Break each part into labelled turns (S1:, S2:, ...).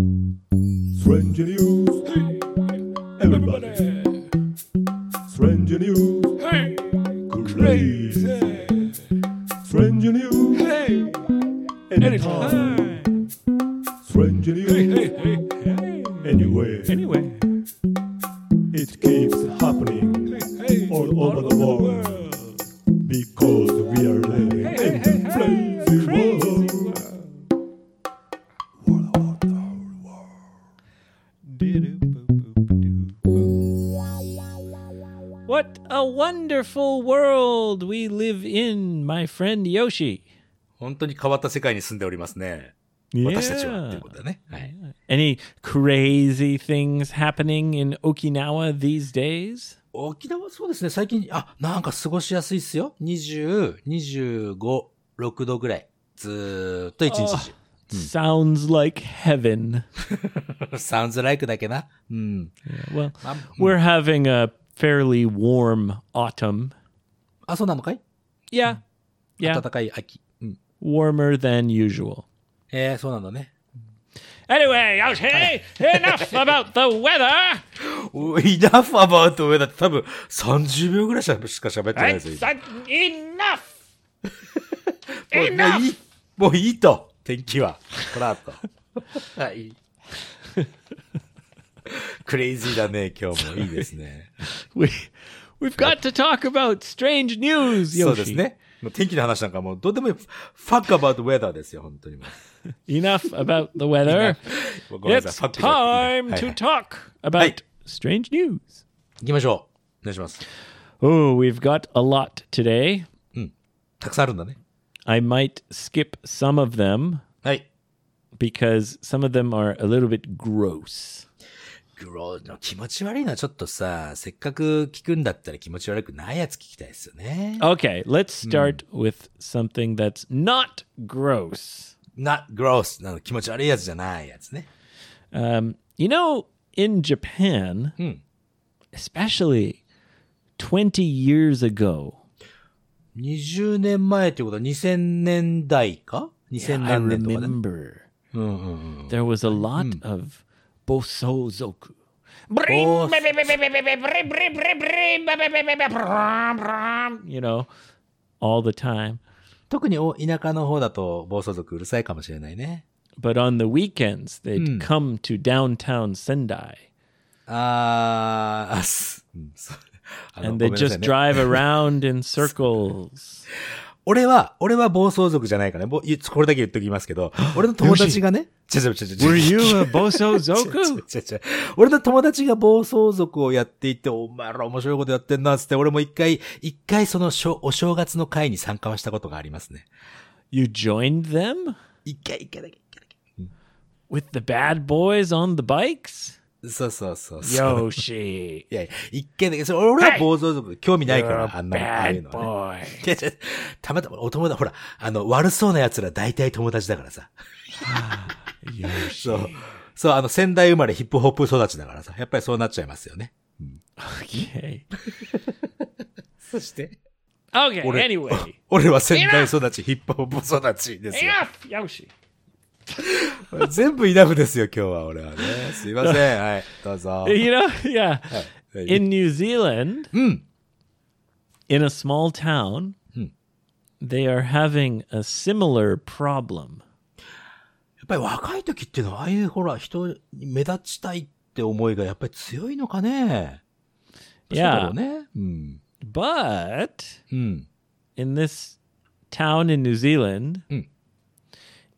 S1: Strange news,
S2: Hey,
S1: everybody.
S2: everybody.
S1: Strange news,
S2: Hey,
S1: crazy.
S2: crazy.
S1: Strange news,
S2: Hey,
S1: anytime.
S2: anytime.
S1: Strange
S2: Hey,
S1: news,
S2: hey, hey, hey.
S1: anywhere.
S2: Anyway.
S1: It keeps happening
S2: Hey, hey.
S1: All over the world. because we are living
S2: Hey, hey,
S1: in
S2: hey,
S1: the
S2: hey. Crazy
S1: crazy world.
S2: world.
S1: What about the whole world?
S3: What a wonderful world we live in, my friend Yoshi.
S4: 本当に変わった世界に住んでおりますね。私たちはっていうことだね。はい。
S3: Any crazy things happening in Okinawa these days?
S4: 沖縄そうですね。最近、あ、なんか過ごしやすいっすよ。20、25、6度ぐらい。ずーっと一日
S3: Sounds like heaven.
S4: 中。サウンズライクだけな。うん。
S3: Well,
S4: あ、
S3: we're having a fairly warm autumn.
S4: あそうなのかい
S3: Yeah. Yeah.
S4: 暖かい秋。うん。
S3: Warmer than usual.
S4: えー、そうなんだね。
S3: Anyway, Yoshi, enough about the weather.
S4: お enough about the weather って多分30秒ぐらいしかしか喋ってないですよ
S3: It's。enough.
S4: もうもういい。もういいと。天気は。この後。 はい。クレイジーだね、今日も。いいです ね。
S3: We, we've got to talk about strange news,
S4: そう
S3: Yoshi.
S4: ですね。もう天気の話なんかもうどうでもいい。fuck about weather ですよ、本当にもう。
S3: Enough about the weather.
S4: ごめん
S3: it's
S4: なさい fuck じゃな
S3: time
S4: くていい
S3: to
S4: はいはい
S3: talk about
S4: Hey.
S3: strange news.
S4: 行きましょう。お願いします。
S3: Oh, we've got a lot today.
S4: たくさんあるんだね。
S3: I might skip some of them
S4: はい。
S3: because some of them are a little bit gross.
S4: グローの気持ち悪いのはちょっとさ、せっかく聞くんだったら気持ち悪くないやつ聞きたいですよね。
S3: Okay, let's start with something that's not gross.
S4: not gross なの気持ち悪いやつじゃないやつね。
S3: Um, you know, in Japan, especially 20 years ago,
S4: 20年前ってことは2000年代か ?2000
S3: I
S4: 何年とかね。
S3: remember Uh-huh. Hmm. there was a lot of bosozoku. You know, all the time.
S4: 特にお田舎の方だと暴走族うるさいかもしれないね。
S3: But on the weekends, they'd come to downtown Sendai
S4: あー、あす。うんそうあの
S3: and they
S4: ごめんなさい
S3: just
S4: ね
S3: drive around in circles.
S4: 俺は、俺は暴走族じゃないからね。ぼいこれだけ言っときます けど、俺の友達がね、ちょちょちょちょちょ
S3: Were you a
S4: ちょ
S3: bosozoku?
S4: ちょちょ俺の友達が暴走族をやっていて、お前ら面白いことやってんなっつって、俺も一回、一回そのしょお正月の会に参加はしたことがありますね。
S3: You joined them
S4: 一回、一回だけ、一回だ
S3: with the bad boys on the bikes?
S4: け。そうそうそうそう。
S3: Yoshi.
S4: いやいや、一回だけ、それ俺は暴走族興味ないか
S3: You're
S4: ら、
S3: a
S4: あんなの、ああいう
S3: bad
S4: のはね。
S3: boy.
S4: いやいやたまたま、お友達、ほら、あの、悪そうな奴ら大体友達だから さ。
S3: Yoshi.
S4: そう。そう、あの、仙台生まれヒップホップ育ちだからさ。やっぱりそうなっちゃいますよね。
S3: Okay.
S4: そして
S3: Okay,
S4: What a-
S3: anyway.
S4: 俺は仙台育ち、ヒップホップ育ちですよ。
S3: Enough, Yoshi.
S4: 全部イナフですよ、今日は俺はね。すいません。はい、どうぞ。
S3: You know, yeah.
S4: はい
S3: In New Zealand,
S4: Mm.
S3: in a small town, they are having a similar problem.
S4: やっぱり若い時っていうのは、ああいうほら、人に目立ちたいって思いがやっぱり強いのかね。
S3: い
S4: そ
S3: や
S4: うだろうね。うん。
S3: But
S4: うん。
S3: in this town in New Zealand,
S4: Mm.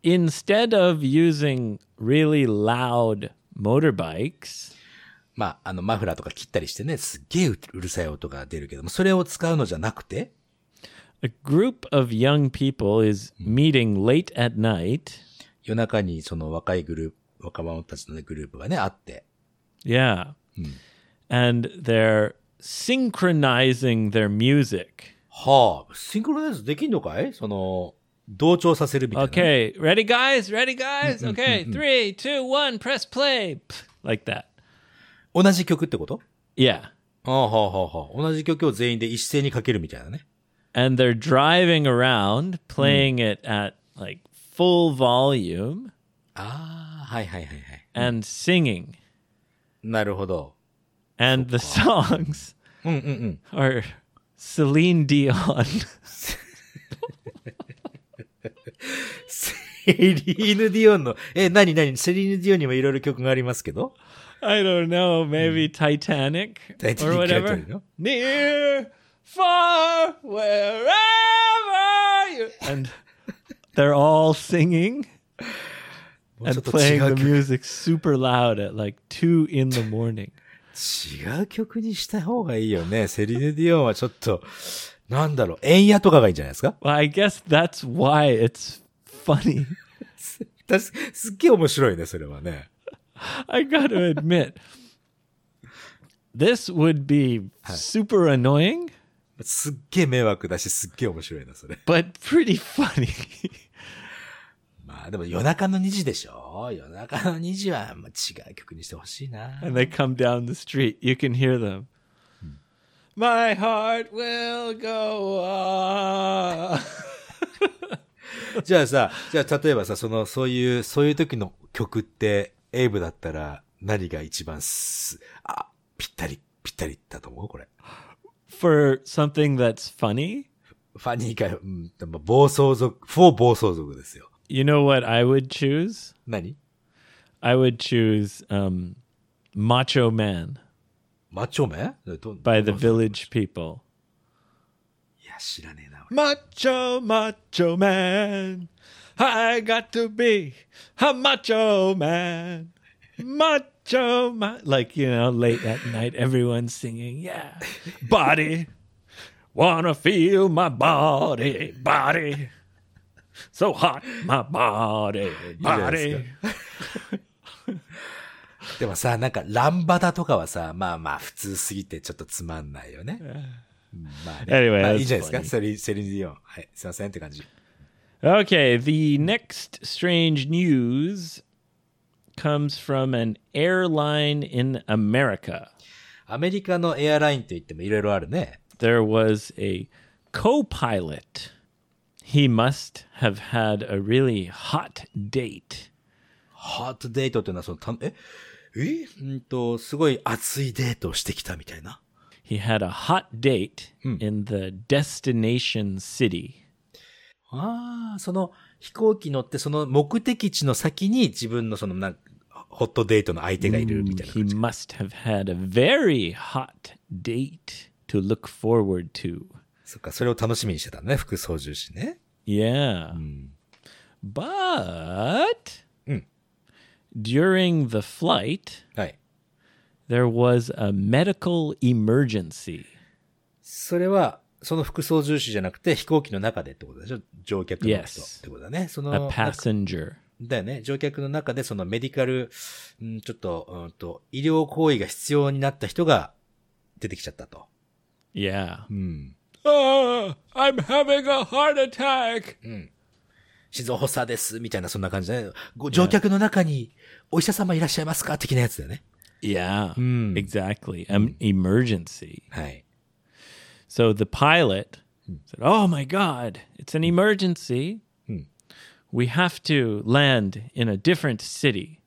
S3: instead of using really loud motorbikes,
S4: まあ、あの、マフラーとか切ったりしてね、すっげえうるさい音が出るけども、それを使うのじゃなくて、
S3: a group of young people is meeting late at night.
S4: 夜中にその若いグループ、若者たちのねグループがね、あって、
S3: Yeah. And they're synchronizing their music.
S4: はあ、シンクロナイズできんのかいその、同調させるみたいな。
S3: Okay, ready guys, ready guys. Okay, three, two, one, press play. Pff, Like that.
S4: 同じ曲ってこと
S3: Yeah.
S4: ああ、はあ、はあ、はあ。同じ曲を全員で一斉にかけるみたいなね。
S3: And they're driving around playing it at like full volume.
S4: あはいはいはいはい。
S3: and singing.
S4: なるほど。
S3: And the songs
S4: うんうんうん。
S3: are Celine Dion.
S4: セリーヌ・ディオンの、え、なになにセリーヌ・ディオンにもいろいろ曲がありますけど
S3: I don't know, maybe Titanic,
S4: Titanic,
S3: or
S4: I
S3: whatever.
S4: don't know.
S3: Near, far, wherever you. And they're all singing
S4: もうち
S3: and
S4: ょっと違
S3: playing the
S4: う曲、
S3: music super loud at like two in the morning.
S4: 違う曲にした方がいいよね。セリーヌ・ディオンはちょっと、なんだろう、円野とかがいいんじゃないですか
S3: Well, I guess that's why it's funny.
S4: 確かすっげえ面白いね、それはね。
S3: I got to admit, this would be super annoying,
S4: すっげえ迷惑だし、すっげえ面白いな、それ。
S3: but pretty funny.
S4: まあでも夜中の2時でしょ夜中の2時はまあ違う曲にしてほしいな。
S3: and they come down the street. You can hear them. My heart will go on.
S4: じゃあさ、じゃあ例えばさ、その、そういう、そういう時の曲って、エイブだったら何が一番す、あ、ぴったり、ぴったりだと思うこれ。
S3: For something that's funny,
S4: ファニーか、うん、でも暴走族、フォー暴走族ですよ。
S3: you know what I would choose?
S4: 何
S3: I would choose um, Macho Man
S4: マッチョメど
S3: by the Village People.
S4: いや、知らねえな、俺。
S3: Macho, macho man. I got to be a macho man. Macho, ma- like, you know, late at night, everyone's singing, yeah. Body, wanna feel my body, body. So hot, my body,
S4: いいじゃないですか。
S3: body.
S4: でもさ、なんか、ランバダとかはさ、まあまあ、普通すぎてちょっとつまんないよね。うんまあね、
S3: Anyway,
S4: まあ
S3: that's
S4: いいじゃないで
S3: funny.
S4: すか。セリセリンディオン。はい、すいませんって感じ。
S3: Okay, the next strange news comes from an airline in America.
S4: アメリカのエアラインといってもいろいろあるね。
S3: there was a co pilot. He must have had a really hot date.
S4: ハートデートっていうのはそのた、ええうんと、すごい熱いデートをしてきたみたいな。
S3: He had a hot date in the destination city.
S4: ああ、その飛行機乗ってその目的地の先に自分のそのなんホットデートの相手がいるみたいな
S3: He must have had a very hot date to look forward to.
S4: そっか、それを楽しみにしてたね、副操縦士ね。
S3: Yeah. But
S4: Mm.
S3: during the flight,
S4: はい。
S3: there was a medical emergency.
S4: それは、その副操縦士じゃなくて飛行機の中でってことでしょ乗客の人
S3: Yes.
S4: ってことだね。その
S3: A、passenger.
S4: だよね。乗客の中でそのメディカル、んちょっと、うんと、医療行為が必要になった人が出てきちゃったと。
S3: Yeah.
S2: Oh, I'm having a heart attack.
S4: 心臓発作です、みたいな、そんな感じだね。ご乗客の中に、お医者様いらっしゃいますか的なやつだよね。
S3: Yeah, exactly. An emergency.
S4: はい。
S3: So the pilot said, Oh my God, it's an emergency. We have to land in a different city.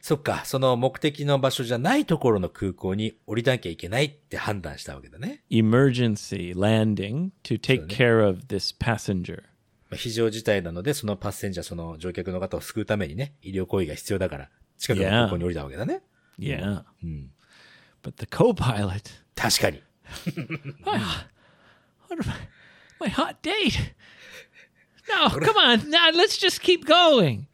S4: そっか、その目的の場所じゃないところの空港に降りなきゃいけないって判断したわけだね。
S3: Emergency landing to take care of this passenger.
S4: まあ非常事態なので、そのパッセンジャー、その乗客の方を救うためにね、医療行為が必要だから、近くの空港に降りたわけだね。
S3: Yeah. But the co pilot,
S4: 確かに。
S3: my hot date. No, come on. Nah, let's just keep going.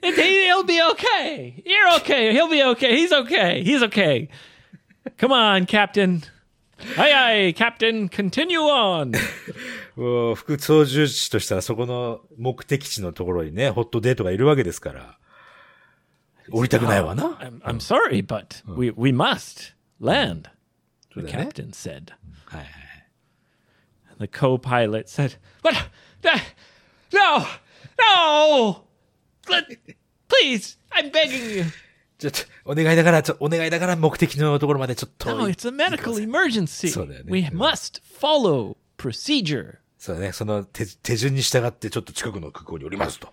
S3: It, he'll be okay. You're okay. He'll be okay. He's okay. He's okay. Come on, Captain. Aye, aye, Captain. Continue on.
S4: もう副操縦士としたらそこの目的地のところにね、ホットデートがいるわけですから。降りたくないわな。
S3: I'm, I'm sorry, but we, we must land,
S4: そう
S3: the
S4: だよね
S3: captain said.
S4: はいはい。
S3: The co pilot said, But, uh, no, no. Let, please, I'm begging you.
S4: ちょっと、お願いだから、ちょ、お願いだから目的のところまでちょっと。
S3: No, Oh, it's a medical emergency.
S4: So then,
S3: we
S4: yeah.
S3: must follow procedure.
S4: そうだね、その手、手順に従ってちょっと近くの空港に降りますと。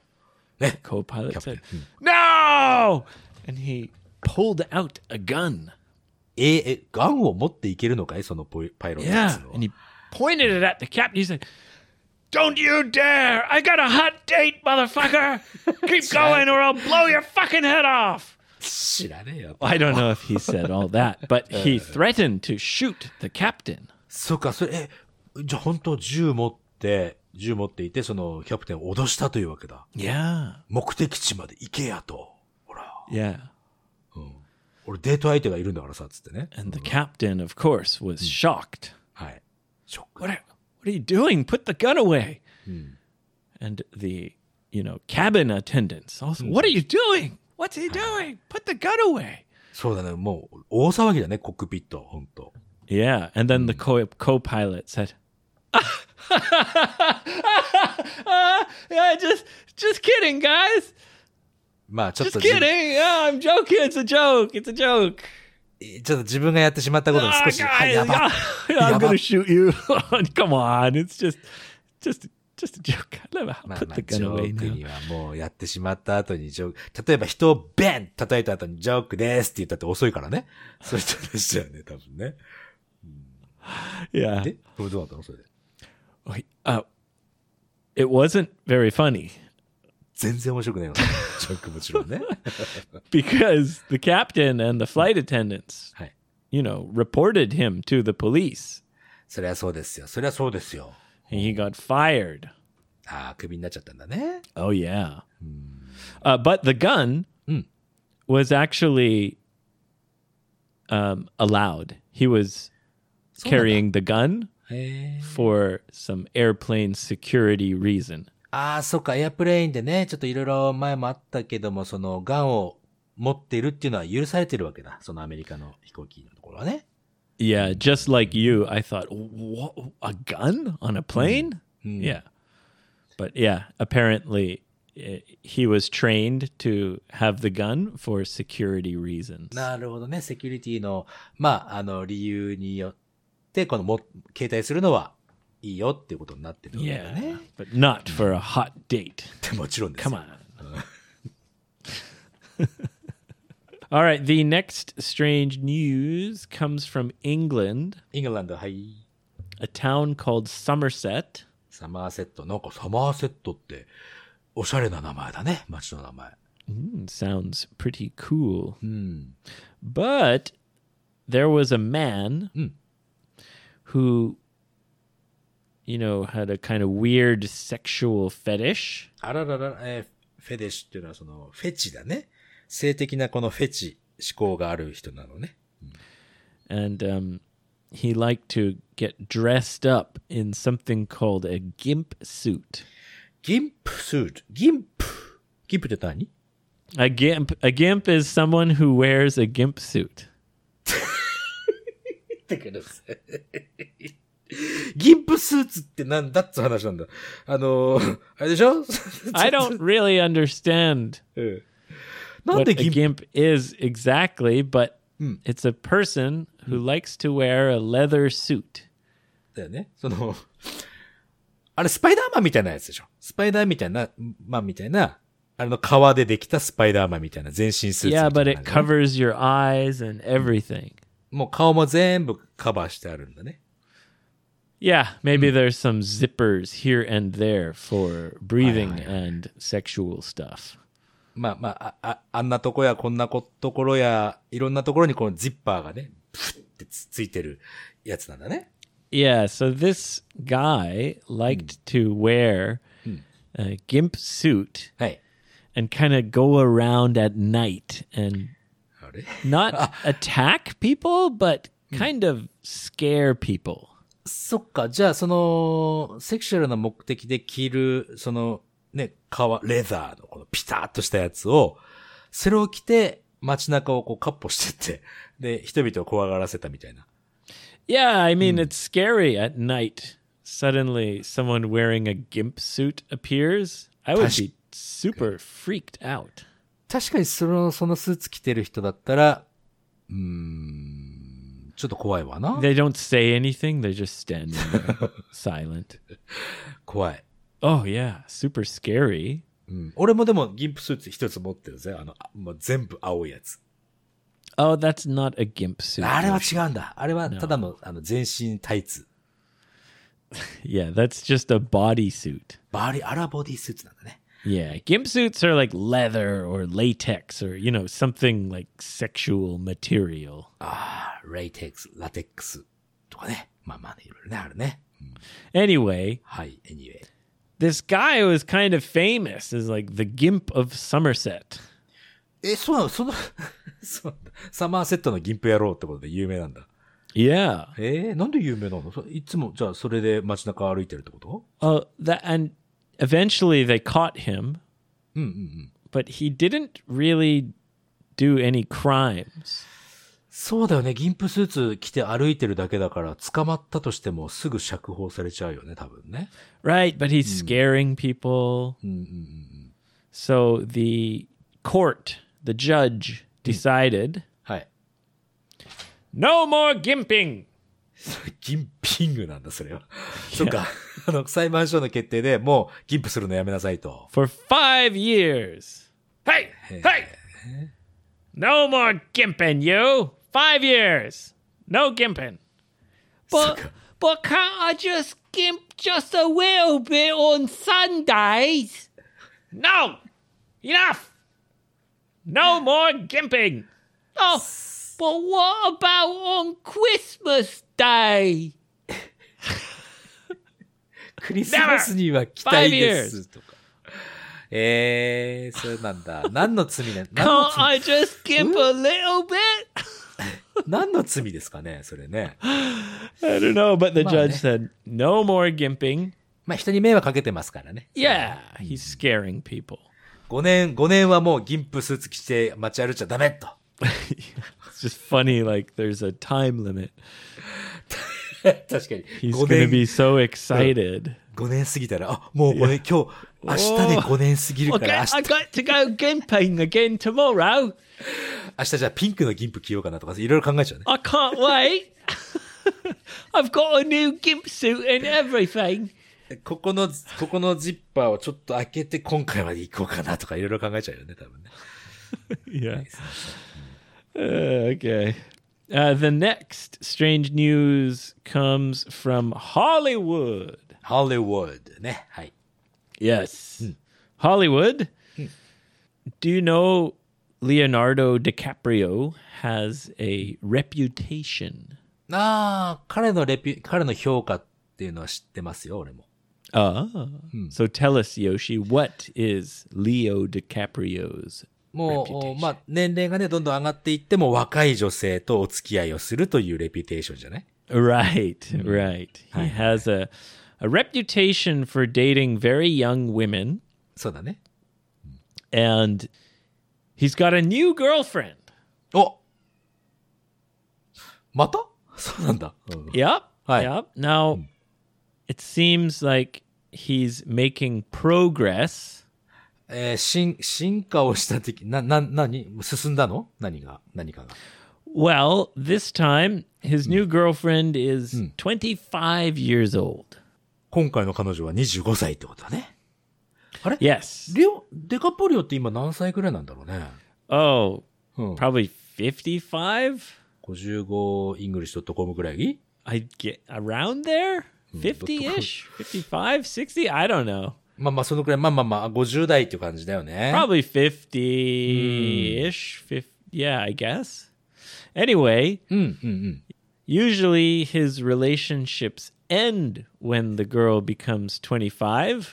S3: Co pilot said,
S4: Captain.
S3: No! go! And he pulled out a gun.
S4: え、え、ガンを持っていけるのかいそのポイパイロットっ
S3: Yeah.
S4: つうのは
S3: And he pointed it at the captain. He said, Don't you dare! I got a hot date, motherfucker! Keep going or I'll blow your fucking head off!
S4: 知らねえよ。
S3: I don't know if he said all that, but he threatened to shoot the captain.
S4: そうか、それ、え、じゃあ本当銃持って、銃持っていて、そのキャプテンを脅したというわけだ。
S3: Yeah.
S4: 目的地まで行けやと。ほら、
S3: Yeah.
S4: 俺デート相手がいるんだからさ、つってね。
S3: And the captain, of course, was shocked.
S4: はい。ショック。
S3: What are, what are you doing? Put the gun away. And the, you know, cabin attendants also, what are you doing? What's he doing? Put the gun away.
S4: そうだね、もう大騒ぎだね、コックピット、本当
S3: Yeah. And then the co- co-pilot said, yeah, just, just kidding, guys.
S4: まあちょっ
S3: Just
S4: とじ、
S3: kidding. Yeah, I'm joking. It's a joke. It's a joke.
S4: ちょっと自分がやってしまったことに
S3: Ah,
S4: 少し、はい、
S3: guys,
S4: やば
S3: I'm
S4: Yaba.
S3: gonna shoot you. Come on, it's just, just, just a joke. Let me
S4: まあ
S3: put
S4: ま
S3: the
S4: あ、ジ
S3: gun
S4: ョ
S3: away
S4: ーク
S3: now.
S4: にはもうやってしまった後にジョーク、例えば人をベン叩いた後にジョークですって言ったって遅いから ね。そういうことでしたよね、多分ね。
S3: Yeah,
S4: で、これどうだったのそれで。
S3: Wait, uh, it wasn't very funny
S4: 全然面白くないの。 ジョークもちろんね。
S3: because the captain and the flight attendants,
S4: はい。
S3: you know, reported him to the police,
S4: そりゃそうですよ。そりゃそうですよ。
S3: and he got fired.
S4: ああ、クビになっちゃったんだね。
S3: Oh yeah, Hmm. uh, but the gun was actually um, allowed. He was carrying the gun.
S4: へえ。
S3: for some airplane security reason.
S4: ああ、そっか、エアプレインでね、ちょっといろいろ前もあったけども、その、ガンを持っているっていうのは許されてるわけだ。そのアメリカの飛行機のところはね。
S3: Yeah, just like you, I thought, what, a gun on a plane? Yeah. But yeah, apparently eh, he was trained to have the gun for security reasons.
S4: なるほどね。セキュリティの、まあ、あの、理由によって、このも、携帯するのはいいよっていうことになってるわけだ
S3: yeah,
S4: ね。
S3: but not for a hot date.
S4: もちろんですよ。
S3: Come on. All right, the next strange news comes from England,
S4: イングランド、はい。
S3: a town called Somerset.
S4: サマーセット。なんかサマーセットって、おしゃれな名前だね。街の名前。
S3: Mm, sounds pretty cool.
S4: うん。
S3: But there was a man
S4: Mm.
S3: who, you know, had a kind of weird sexual fetish.
S4: あららら、えーフェデシっていうのはその、フェチだね。性的なこのフェチ、思考がある人なのね。
S3: And um, he liked to get dressed up in something called a gimp suit.
S4: ギンプスーツ。ギンプ。ギンプって何
S3: A gimp, a gimp is someone who wears a gimp suit.
S4: ってください。 ギンプスーツってなんだっつう話なんだ。あのー、 あれでしょ
S3: I don't really understand
S4: うんなん
S3: what
S4: で
S3: a
S4: ギンプ
S3: gimp is exactly, but it's a person who likes to wear a leather suit.
S4: だよね。その、あれスパイダーマンみたいなやつでしょスパイダーみたいな、マンみたいな、あれの革でできたスパイダーマンみたいな全身スーツみた
S3: Yeah,
S4: いな感
S3: but
S4: じだね、
S3: it covers your eyes and everything.
S4: もう顔も全部カバーしてあるんだね。
S3: Yeah, maybe there's some zippers here and there for breathing
S4: Aye, aye, aye.
S3: and sexual stuff.
S4: まあまあ、あ、ああんなとこやこんなこところや、いろんなところにこのジッパーがね、プフってつついてるやつなんだね。
S3: Yeah, so this guy liked to wear a gimp suit
S4: はい。
S3: and kind of go around at night and
S4: あれ
S3: not attack people, but kind of scare people.
S4: そっか、じゃあその、セクシュアルな目的で着る、その、ね、革、レザーのこのピタッとしたやつを、それを着て街中をこうカッポして って、で、人々を怖がらせたみたいな。
S3: Yeah, I mean, it's scary at night. Suddenly, someone wearing a gimp suit appears. I would
S4: Tash-
S3: be super freaked out.
S4: 確かにその、そのスーツ着てる人だったら、うーん、ちょっと怖いわな。
S3: They don't say anything, they just stand there silent.
S4: 怖い。
S3: Oh, yeah, super scary.
S4: うん。俺もでも、ギンプスーツ一つ持ってるぜ。あの、あもう全部青いやつ。
S3: Oh, that's not a gimp suit.
S4: あれは違うんだ。あれはただの、あの、全身タイツ。
S3: Yeah, that's just a bodysuit.
S4: バリ、あれはボディスーツなんだね。
S3: Yeah, gimp suits are like leather or latex or, you know, something like sexual material.
S4: あレイテックス、ラテックスとかね。まあまあね、いろいろね、あるね。
S3: Anyway,
S4: はい、anyway。
S3: this guy was kind of famous as like the gimp of Somerset.
S4: え、そうなのその そうなんだ、サマーセットのギンプ野郎ってことで有名なんだ。
S3: Yeah.
S4: えー、なんで有名なのそいつも、じゃあ、それで街中歩いてるってこと
S3: Oh, that and eventually they caught him,
S4: うんうんうん。
S3: but he didn't really do any crimes.
S4: そうだよね。銀プスーツ着て歩いてるだけだから、捕まったとしてもすぐ釈放されちゃうよね、多分ね。
S3: Right, but he's scaring people. So the court, the judge decided
S4: はい。
S3: no more gimping.
S4: 銀ピングなんだ、それは。そっか。あの、裁判所の決定でもう、銀プするのやめなさいと。
S3: for five years. Hey, hey! No more gimping, you! Five years! No gimping. But, but can't I just gimp just a little bit on Sundays? No! Enough! No more gimping! Oh, but what about on Christmas Day?
S4: クリスマスには来たいです、とか。えー、そうなん だ。何の罪ね、何の
S3: Can't
S4: 罪
S3: I just gimp a little bit?
S4: 何の罪ですかね、それね。
S3: I don't know, but the
S4: Come
S3: judge
S4: on, eh?
S3: said no more gimping.
S4: まあ、人に迷惑かけてますからね。
S3: Yeah, he's scaring people.
S4: 5年、5年はもう銀プスーツ着て街歩いちゃダメと。
S3: It's just funny, like there's a time limit.
S4: 確かに。
S3: He's
S4: 5
S3: gonna
S4: 年
S3: be so excited.
S4: 5年過ぎたら、あ、もうこれ今日、明日で5年過ぎるから、明日、
S3: got to go gimping again tomorrow.
S4: 明日じゃあピンクの銀プ着ようかなとか、いろいろ考えちゃうね。
S3: I can't wait. I've got a new gimp suit and everything.
S4: ここの、ここのジッパーをちょっと開けて今回まで行こうかなとか、いろいろ考えちゃうよね、多分ね。
S3: Yeah. Uh, okay. Uh, the next strange news comes from Hollywood.
S4: ハリウッドね。はい。
S3: Yes. Hollywood. Do you know Leonardo DiCaprio has a reputation?
S4: ああ、彼のレピュ、彼の評価っていうのは知ってますよ、俺も。
S3: Ah. So tell us, Yoshi, what is Leo DiCaprio's?
S4: もう
S3: Reputation
S4: お、まあ、年齢がね、どんどん上がっていっても若い女性とお付き合いをするというレピュテーションじゃない
S3: Right, right. He has a a reputation for dating very young women
S4: そうだね。
S3: and he's got a new girlfriend.
S4: おまたそうなんだ。うん
S3: Yep.
S4: Hi.
S3: Yep. Now, it seems like he's making progress.
S4: えー進、進化をした的、な、な、なに進んだの何が何かが。
S3: Well, this time his new girlfriend is 25 years old.
S4: 今回の彼女は25歳ってことだね。
S3: Yes.
S4: レオ、デカポリオって今何歳くらいなんだろうね。
S3: Oh,
S4: うん。
S3: probably 55?
S4: 55イングリッシュドットコムぐらい
S3: I get around there? 50 ish? 55, 60? I don't know.
S4: まあまあ、そのくらい、まあまあまあ、50代っていう感じだよね。
S3: Probably 50 ish. Yeah, I guess. Anyway,
S4: うん、うん、うん。
S3: Usually, his relationships end when the girl becomes 25.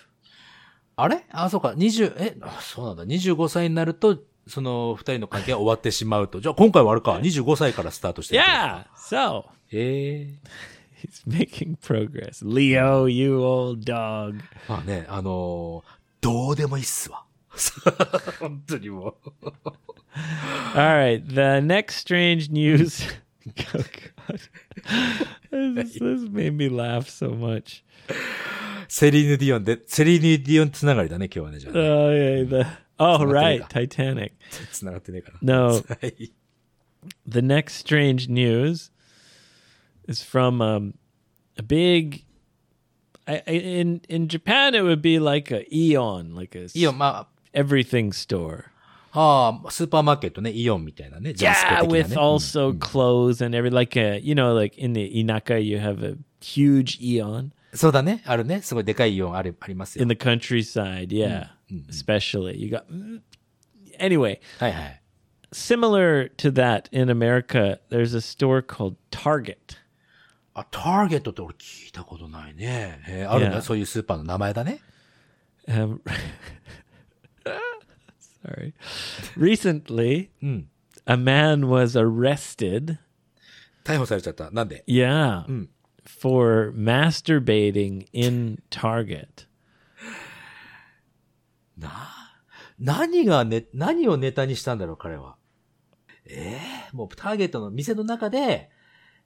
S4: あれあ、そうか、20、え、あそうなんだ。25歳になると、その、二人の関係は終わってしまうと。じゃあ、今回はあれか、25歳からスタートしてるってことか
S3: Yeah, so
S4: ええ
S3: he's making progress. Leo, you old dog.
S4: まあね、あのーどうでもいいっすわ。 本当にもう。
S3: All right, the next strange news. oh, God. This, this made me laugh so much.
S4: セリーヌ・ディオンで、セリーヌ・ディオンつながりだね、今日はね、じゃあね、
S3: Oh, yeah, the, oh
S4: not
S3: right,
S4: data.
S3: Titanic.
S4: つながってねえから。
S3: No,
S4: はい。
S3: the next strange news is from um, a big I, I, in in Japan it would be like a eon like a s-
S4: いいよ、まあ、
S3: everything store.
S4: ああ、スーパーマーケットね、イオンみたいなね、ジャスコ
S3: Yeah,
S4: 的なね。
S3: with also clothes and every like uh you know like in the Inaka you have a huge eon
S4: そうだね、あるね、すごいでかいイオンあるありますよ
S3: in。the countryside. Yeah, especially you got. Anyway,
S4: はいはい。
S3: similar to that in America, there's a store called Target.
S4: あ、ターゲットって俺聞いたことないね。へえあるんだ、
S3: Yeah.
S4: そういうスーパーの名前だね。
S3: Um, sorry. Recently, a man was arrested.
S4: 逮捕されちゃった。なんで
S3: Yeah. For masturbating in Target.
S4: 何がね、何をネタにしたんだろう、彼は。ええもうターゲットの店の中で、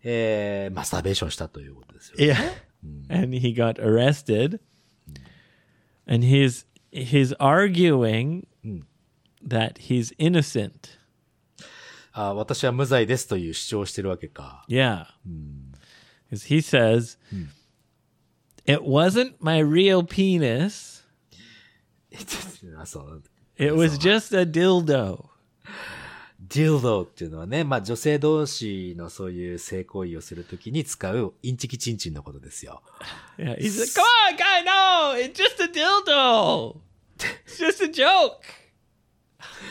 S4: ええマスターベーションしたということですよ。
S3: Yeah. And he got arrested. And he's he's arguing that he's innocent.
S4: あ私は無罪ですという主張をしてるわけか。
S3: Yeah. Because he says, it wasn't my real penis.
S4: あそう。
S3: It was just a dildo.
S4: ディルドっていうのはね、まあ女性同士のそういう性行為をするときに使うインチキチンチンのことですよ。
S3: Yeah, he's like, come on, guy, no, it's just a dildo. It's just a joke.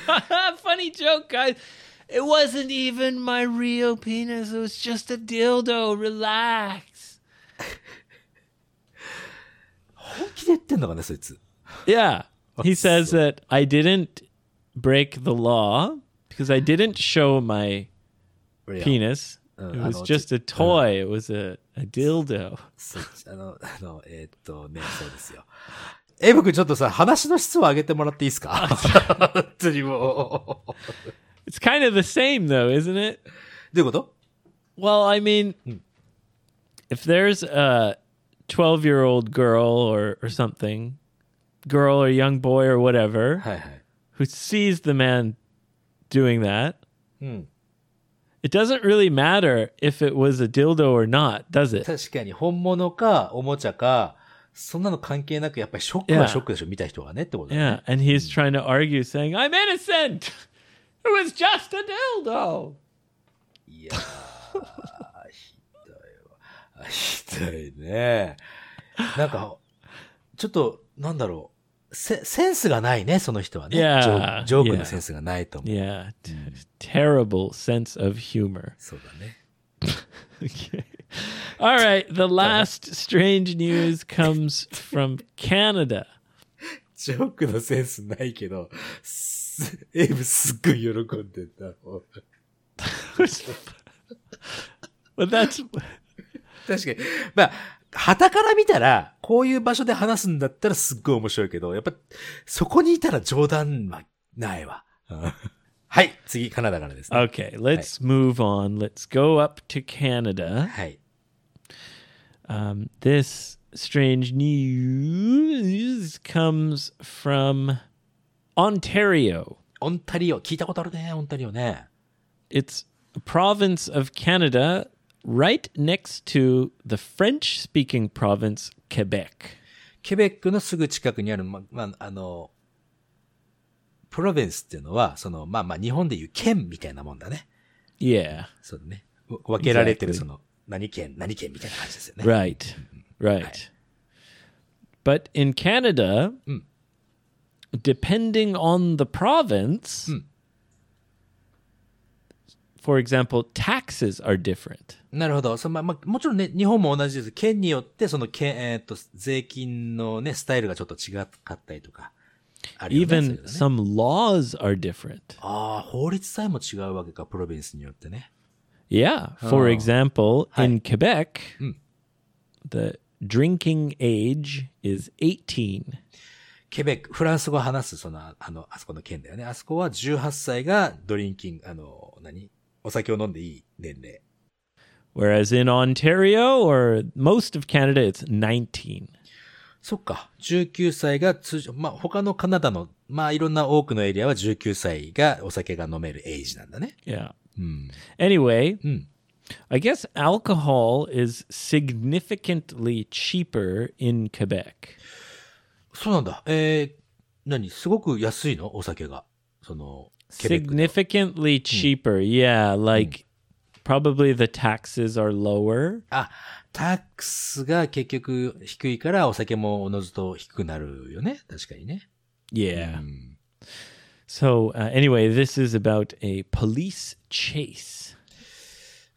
S3: Funny joke, guys. It wasn't even my real penis. It was just a dildo. Relax.
S4: 本気で言ってんのかね、そいつ。
S3: Yeah. He says that I didn't break the law because I didn't show my
S4: 俺は
S3: penis.
S4: Uh,
S3: It
S4: I
S3: was
S4: know,
S3: just a toy. It was a, a dildo.
S4: そっちあの、 あの、えーっとね、そうですよ。エイブ君ちょっとさ、話の質を上げてもらっていいですか本当にもう。
S3: It's kind of the same, though, isn't it?
S4: どういうこと
S3: Well, I mean, if there's a 12 year old girl or, or something, girl or young boy or whatever,
S4: はいはい。
S3: who sees the man doing that,
S4: Hmm.
S3: it doesn't really matter if it was a dildo or not, does it?
S4: 確かに本物かおもちゃか、そんなの関係なく、やっぱりショックはショックでしょ、見た人がねってことだね
S3: Yeah. And he's trying to argue, saying, I'm innocent. It was just a dildo.
S4: いやー、ひどいわ。ひどいね。なんか、ちょっと、なんだろう。セセンスがないね、その人はね。
S3: Yeah.
S4: ジョークジョーク
S3: Yeah.
S4: のセンスがないと思う。
S3: Yeah. T- terrible sense of humor.
S4: そうだね。
S3: Okay. All right. The last strange news comes from Canada.
S4: ジョークのセンスないけど、すエイブすっごい喜んでた。
S3: but that's
S4: 確かに。まあ、旗から見たら、こういう場所で話すんだったらすっごい面白いけど、やっぱ、そこにいたら冗談はないわ。うんはい、次、カナダからですね。
S3: okay. Let's move on. Let's go up to Canada.
S4: はい。
S3: Um, this strange news comes from Ontario.
S4: オンタリオ、聞いたことあるね、オンタリオね。
S3: It's a province of Canada right next to the French speaking province Quebec.
S4: ケベックのすぐ近くにある、ま、まあ、あの、プロヴィンスっていうのは、その、まあまあ、日本でいう県みたいなもんだね。
S3: Yeah.
S4: そうだね。分けられてる、
S3: Exactly.
S4: その、何県、何県みたいな感じですよね。
S3: Right. Right. But in Canada, depending on the province, for example, taxes are different.
S4: なるほど。そのまあまあ、もちろんね、日本も同じです。県によって、その、県、えーっと、税金のね、スタイルがちょっと違かったりとか、あるよね。そういう
S3: Even
S4: のね
S3: some laws are different.
S4: ああ、法律さえも違うわけか、プロヴィンスによってね。
S3: Yeah. For example, in Quebec,
S4: Mm.
S3: the drinking age is 18.
S4: ケベック、フランス語を話す、その、あの、あそこの県だよね。あそこは18歳がドリンキング、あの、何お酒を飲んでいい年齢。
S3: Whereas in Ontario or most of Canada, it's 19.
S4: そっか。19歳が通常、まあ、他のカナダの、まあ、いろんな多くのエリアは19歳がお酒が飲めるエイジなんだね。
S3: Yeah.
S4: うん。
S3: Anyway,
S4: Mm.
S3: I guess alcohol is significantly cheaper in Quebec.
S4: そうなんだ。えー、何すごく安いのお酒が。その、ケベックの
S3: Significantly cheaper. Yeah, like probably the taxes are lower.
S4: あ、タックスが結局低いからお酒もおのずと低くなるよね。確かにね。
S3: Yeah.
S4: うん、
S3: Hmm. So, uh, anyway, this is about a police chase.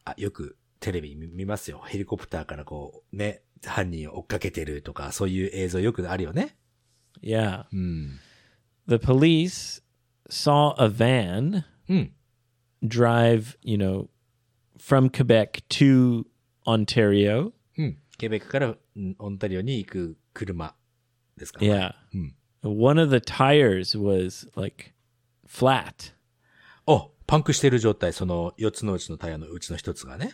S4: あ、よくテレビ見見ますよ。ヘリコプターからこう、ね、犯人を追っかけてるとか、そういう映像よくあるよね。
S3: Yeah.
S4: うん。
S3: The police saw a van
S4: うん。
S3: drive, you know, from Quebec to Ontario.
S4: うん。ケベックからうんオンタリオに行く車ですか。
S3: Yeah.
S4: Hmm.
S3: One of the tires was like flat.
S4: お、パンクしてる状態。その4つのうちのタイヤのうちの1つがね。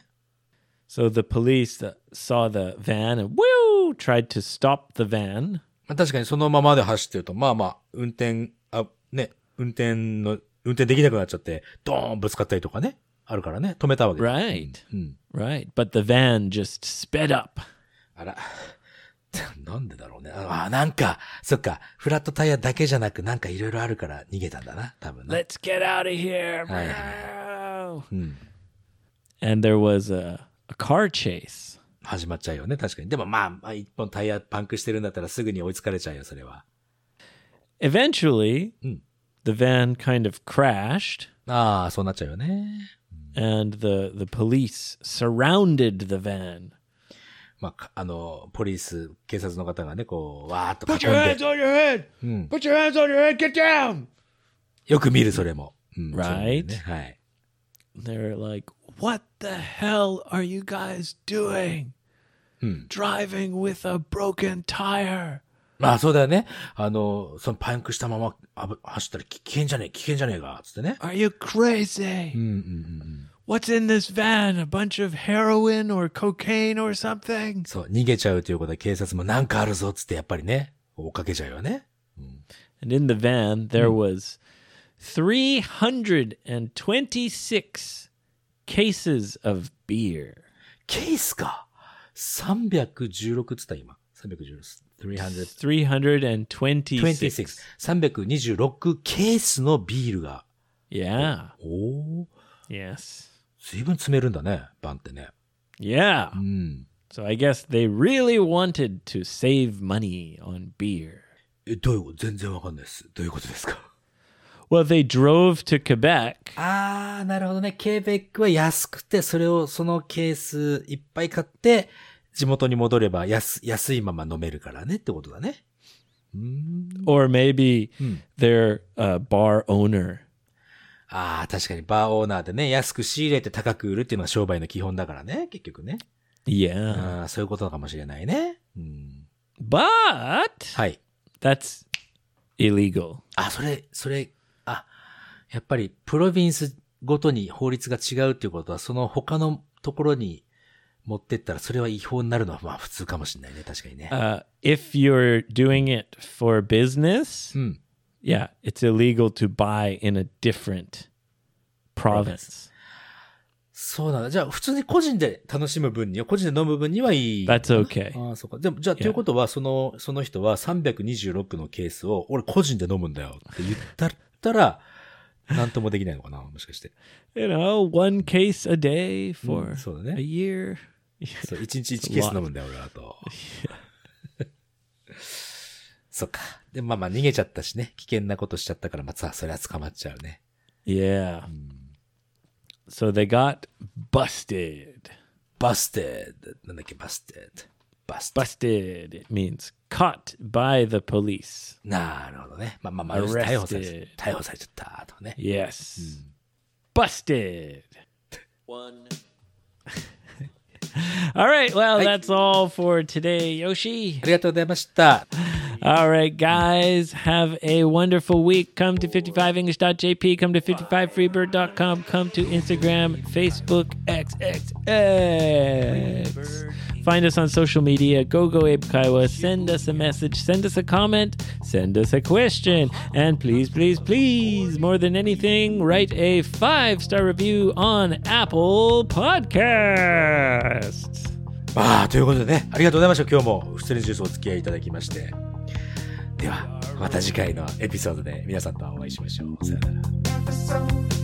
S3: So the police that saw the van and woo tried to stop the van.
S4: まあ確かにそのままで走ってると、まあまあ、運転、あ、ね、運転の、運転できなくなっちゃって、ドーンぶつかったりとかね、あるからね、止めたわけだ
S3: Right.
S4: うん。
S3: Right. But the van just sped up.
S4: あら、 なんでだろうね。あ、なんか、そっか、フラットタイヤだけじゃなく、なんかいろいろあるから逃げたんだな、多分ね。
S3: Let's get out of here.
S4: Aye, aye,
S3: Meow.
S4: うん。
S3: And there was a, a car chase.
S4: 始まっちゃうよね、確かに。でもまあ、まあ、一本タイヤパンクしてるんだったらすぐに追いつかれちゃうよ、それは。
S3: Eventually,
S4: Hmm.
S3: the van kind of crashed
S4: ああ、そうなっちゃうよね。
S3: and the, the police surrounded the van.
S4: まあか、あの、ポリス、警察の方がね、こう、わーっと
S1: Put
S4: 囲
S1: your
S4: ん
S1: hands
S4: で。
S1: on your head.
S4: Hmm.
S1: Put your hands on your head. Get down.
S4: よく見る、それも。うん。
S3: Right.
S4: そういうのねはい。
S3: They're like, What the hell are you guys doing?
S4: Hmm.
S3: Driving with a broken tire.
S4: まあそうだよね。あの、そのパンクしたままあぶ走ったら危険じゃねえ、危険じゃねえか、つってね。
S3: Are you crazy?
S4: Hmm.
S3: What's in this van? A bunch of heroin or cocaine or something?
S4: そう、逃げちゃうということは警察もなんかあるぞ、つってやっぱりね、追っかけちゃうよね。
S3: And in the van, there was 326 cases of beer.
S4: ケースか !316 つった今。316。
S3: 326.
S4: 326。326ケースのビールが。
S3: Yeah.
S4: おお、
S3: Yes.
S4: 随分詰めるんだね、バンってね。
S3: Yeah.
S4: うん。
S3: So I guess they really wanted to save money on beer.
S4: え、どういうこと全然わかんないです。どういうことですか
S3: Well, they drove to Quebec.
S4: あー、なるほどね。ケーベックは安くて、それを、そのケースいっぱい買って、地元に戻れば安、安いまま飲めるからねってことだね。
S3: Or maybe their uh, bar owner.
S4: あー、確かにバーオーナーでね、安く仕入れて高く売るっていうのは商売の基本だからね、結局ね。
S3: Yeah.
S4: あーそういうことかもしれないね。うん。
S3: But
S4: はい。
S3: that's illegal.
S4: あ、それ、それ、あ、やっぱりプロヴィンスごとに法律が違うっていうことは、その他のところに持ってったら、それは違法になるのはまあ普通かもしれないね、確かにね。
S3: Uh, if you're doing it for business,
S4: うん。
S3: yeah, it's illegal to buy in a different province.
S4: そうなんだ。じゃあ、普通に個人で楽しむ分には、個人で飲む分にはいい。あ
S3: That's okay.
S4: あ、そうか。でも、じゃあ、ということは、その、その人は326のケースを、俺個人で飲むんだよって言ったったら、なんともできないのかなもしかして。
S3: You know, one case a day for
S4: そうだ
S3: Hmm, a
S4: ね。
S3: year.
S4: そう、1日1ケース飲むんだよ、俺はと。 そっか。で、まあまあ逃げちゃったしね。危険なことしちゃったから、まあ、さあ、それは捕まっちゃうね。
S3: Yeah. So they got busted.
S4: バステッド。なんだっけ、バステッド。バステッ
S3: Busted. It means caught by the police.
S4: ド。なるほどね。まあまあまあ、要するに逮捕されちゃ逮捕されちゃった、とかね。
S3: Yes. Busted. One. all right. Well, that's all for today, Yoshi.
S4: ありがとうございました。
S3: All right, guys. Have a wonderful week. Come to 55english.jp. Come to 55freebird.com. Come to Instagram, Facebook, XXX. Find us on social media. Go, go, Abe Kaiwa. Send us a message. Send us a comment. Send us a question. And please, please, please, more than anything, write a five star review on Apple Podcasts.
S4: まあ、ということでね、ありがとうございました。今日も、不正にジュースお付き合いいただきまして。では、また次回のエピソードで皆さんとお会いしましょう。さよなら。
S5: episode.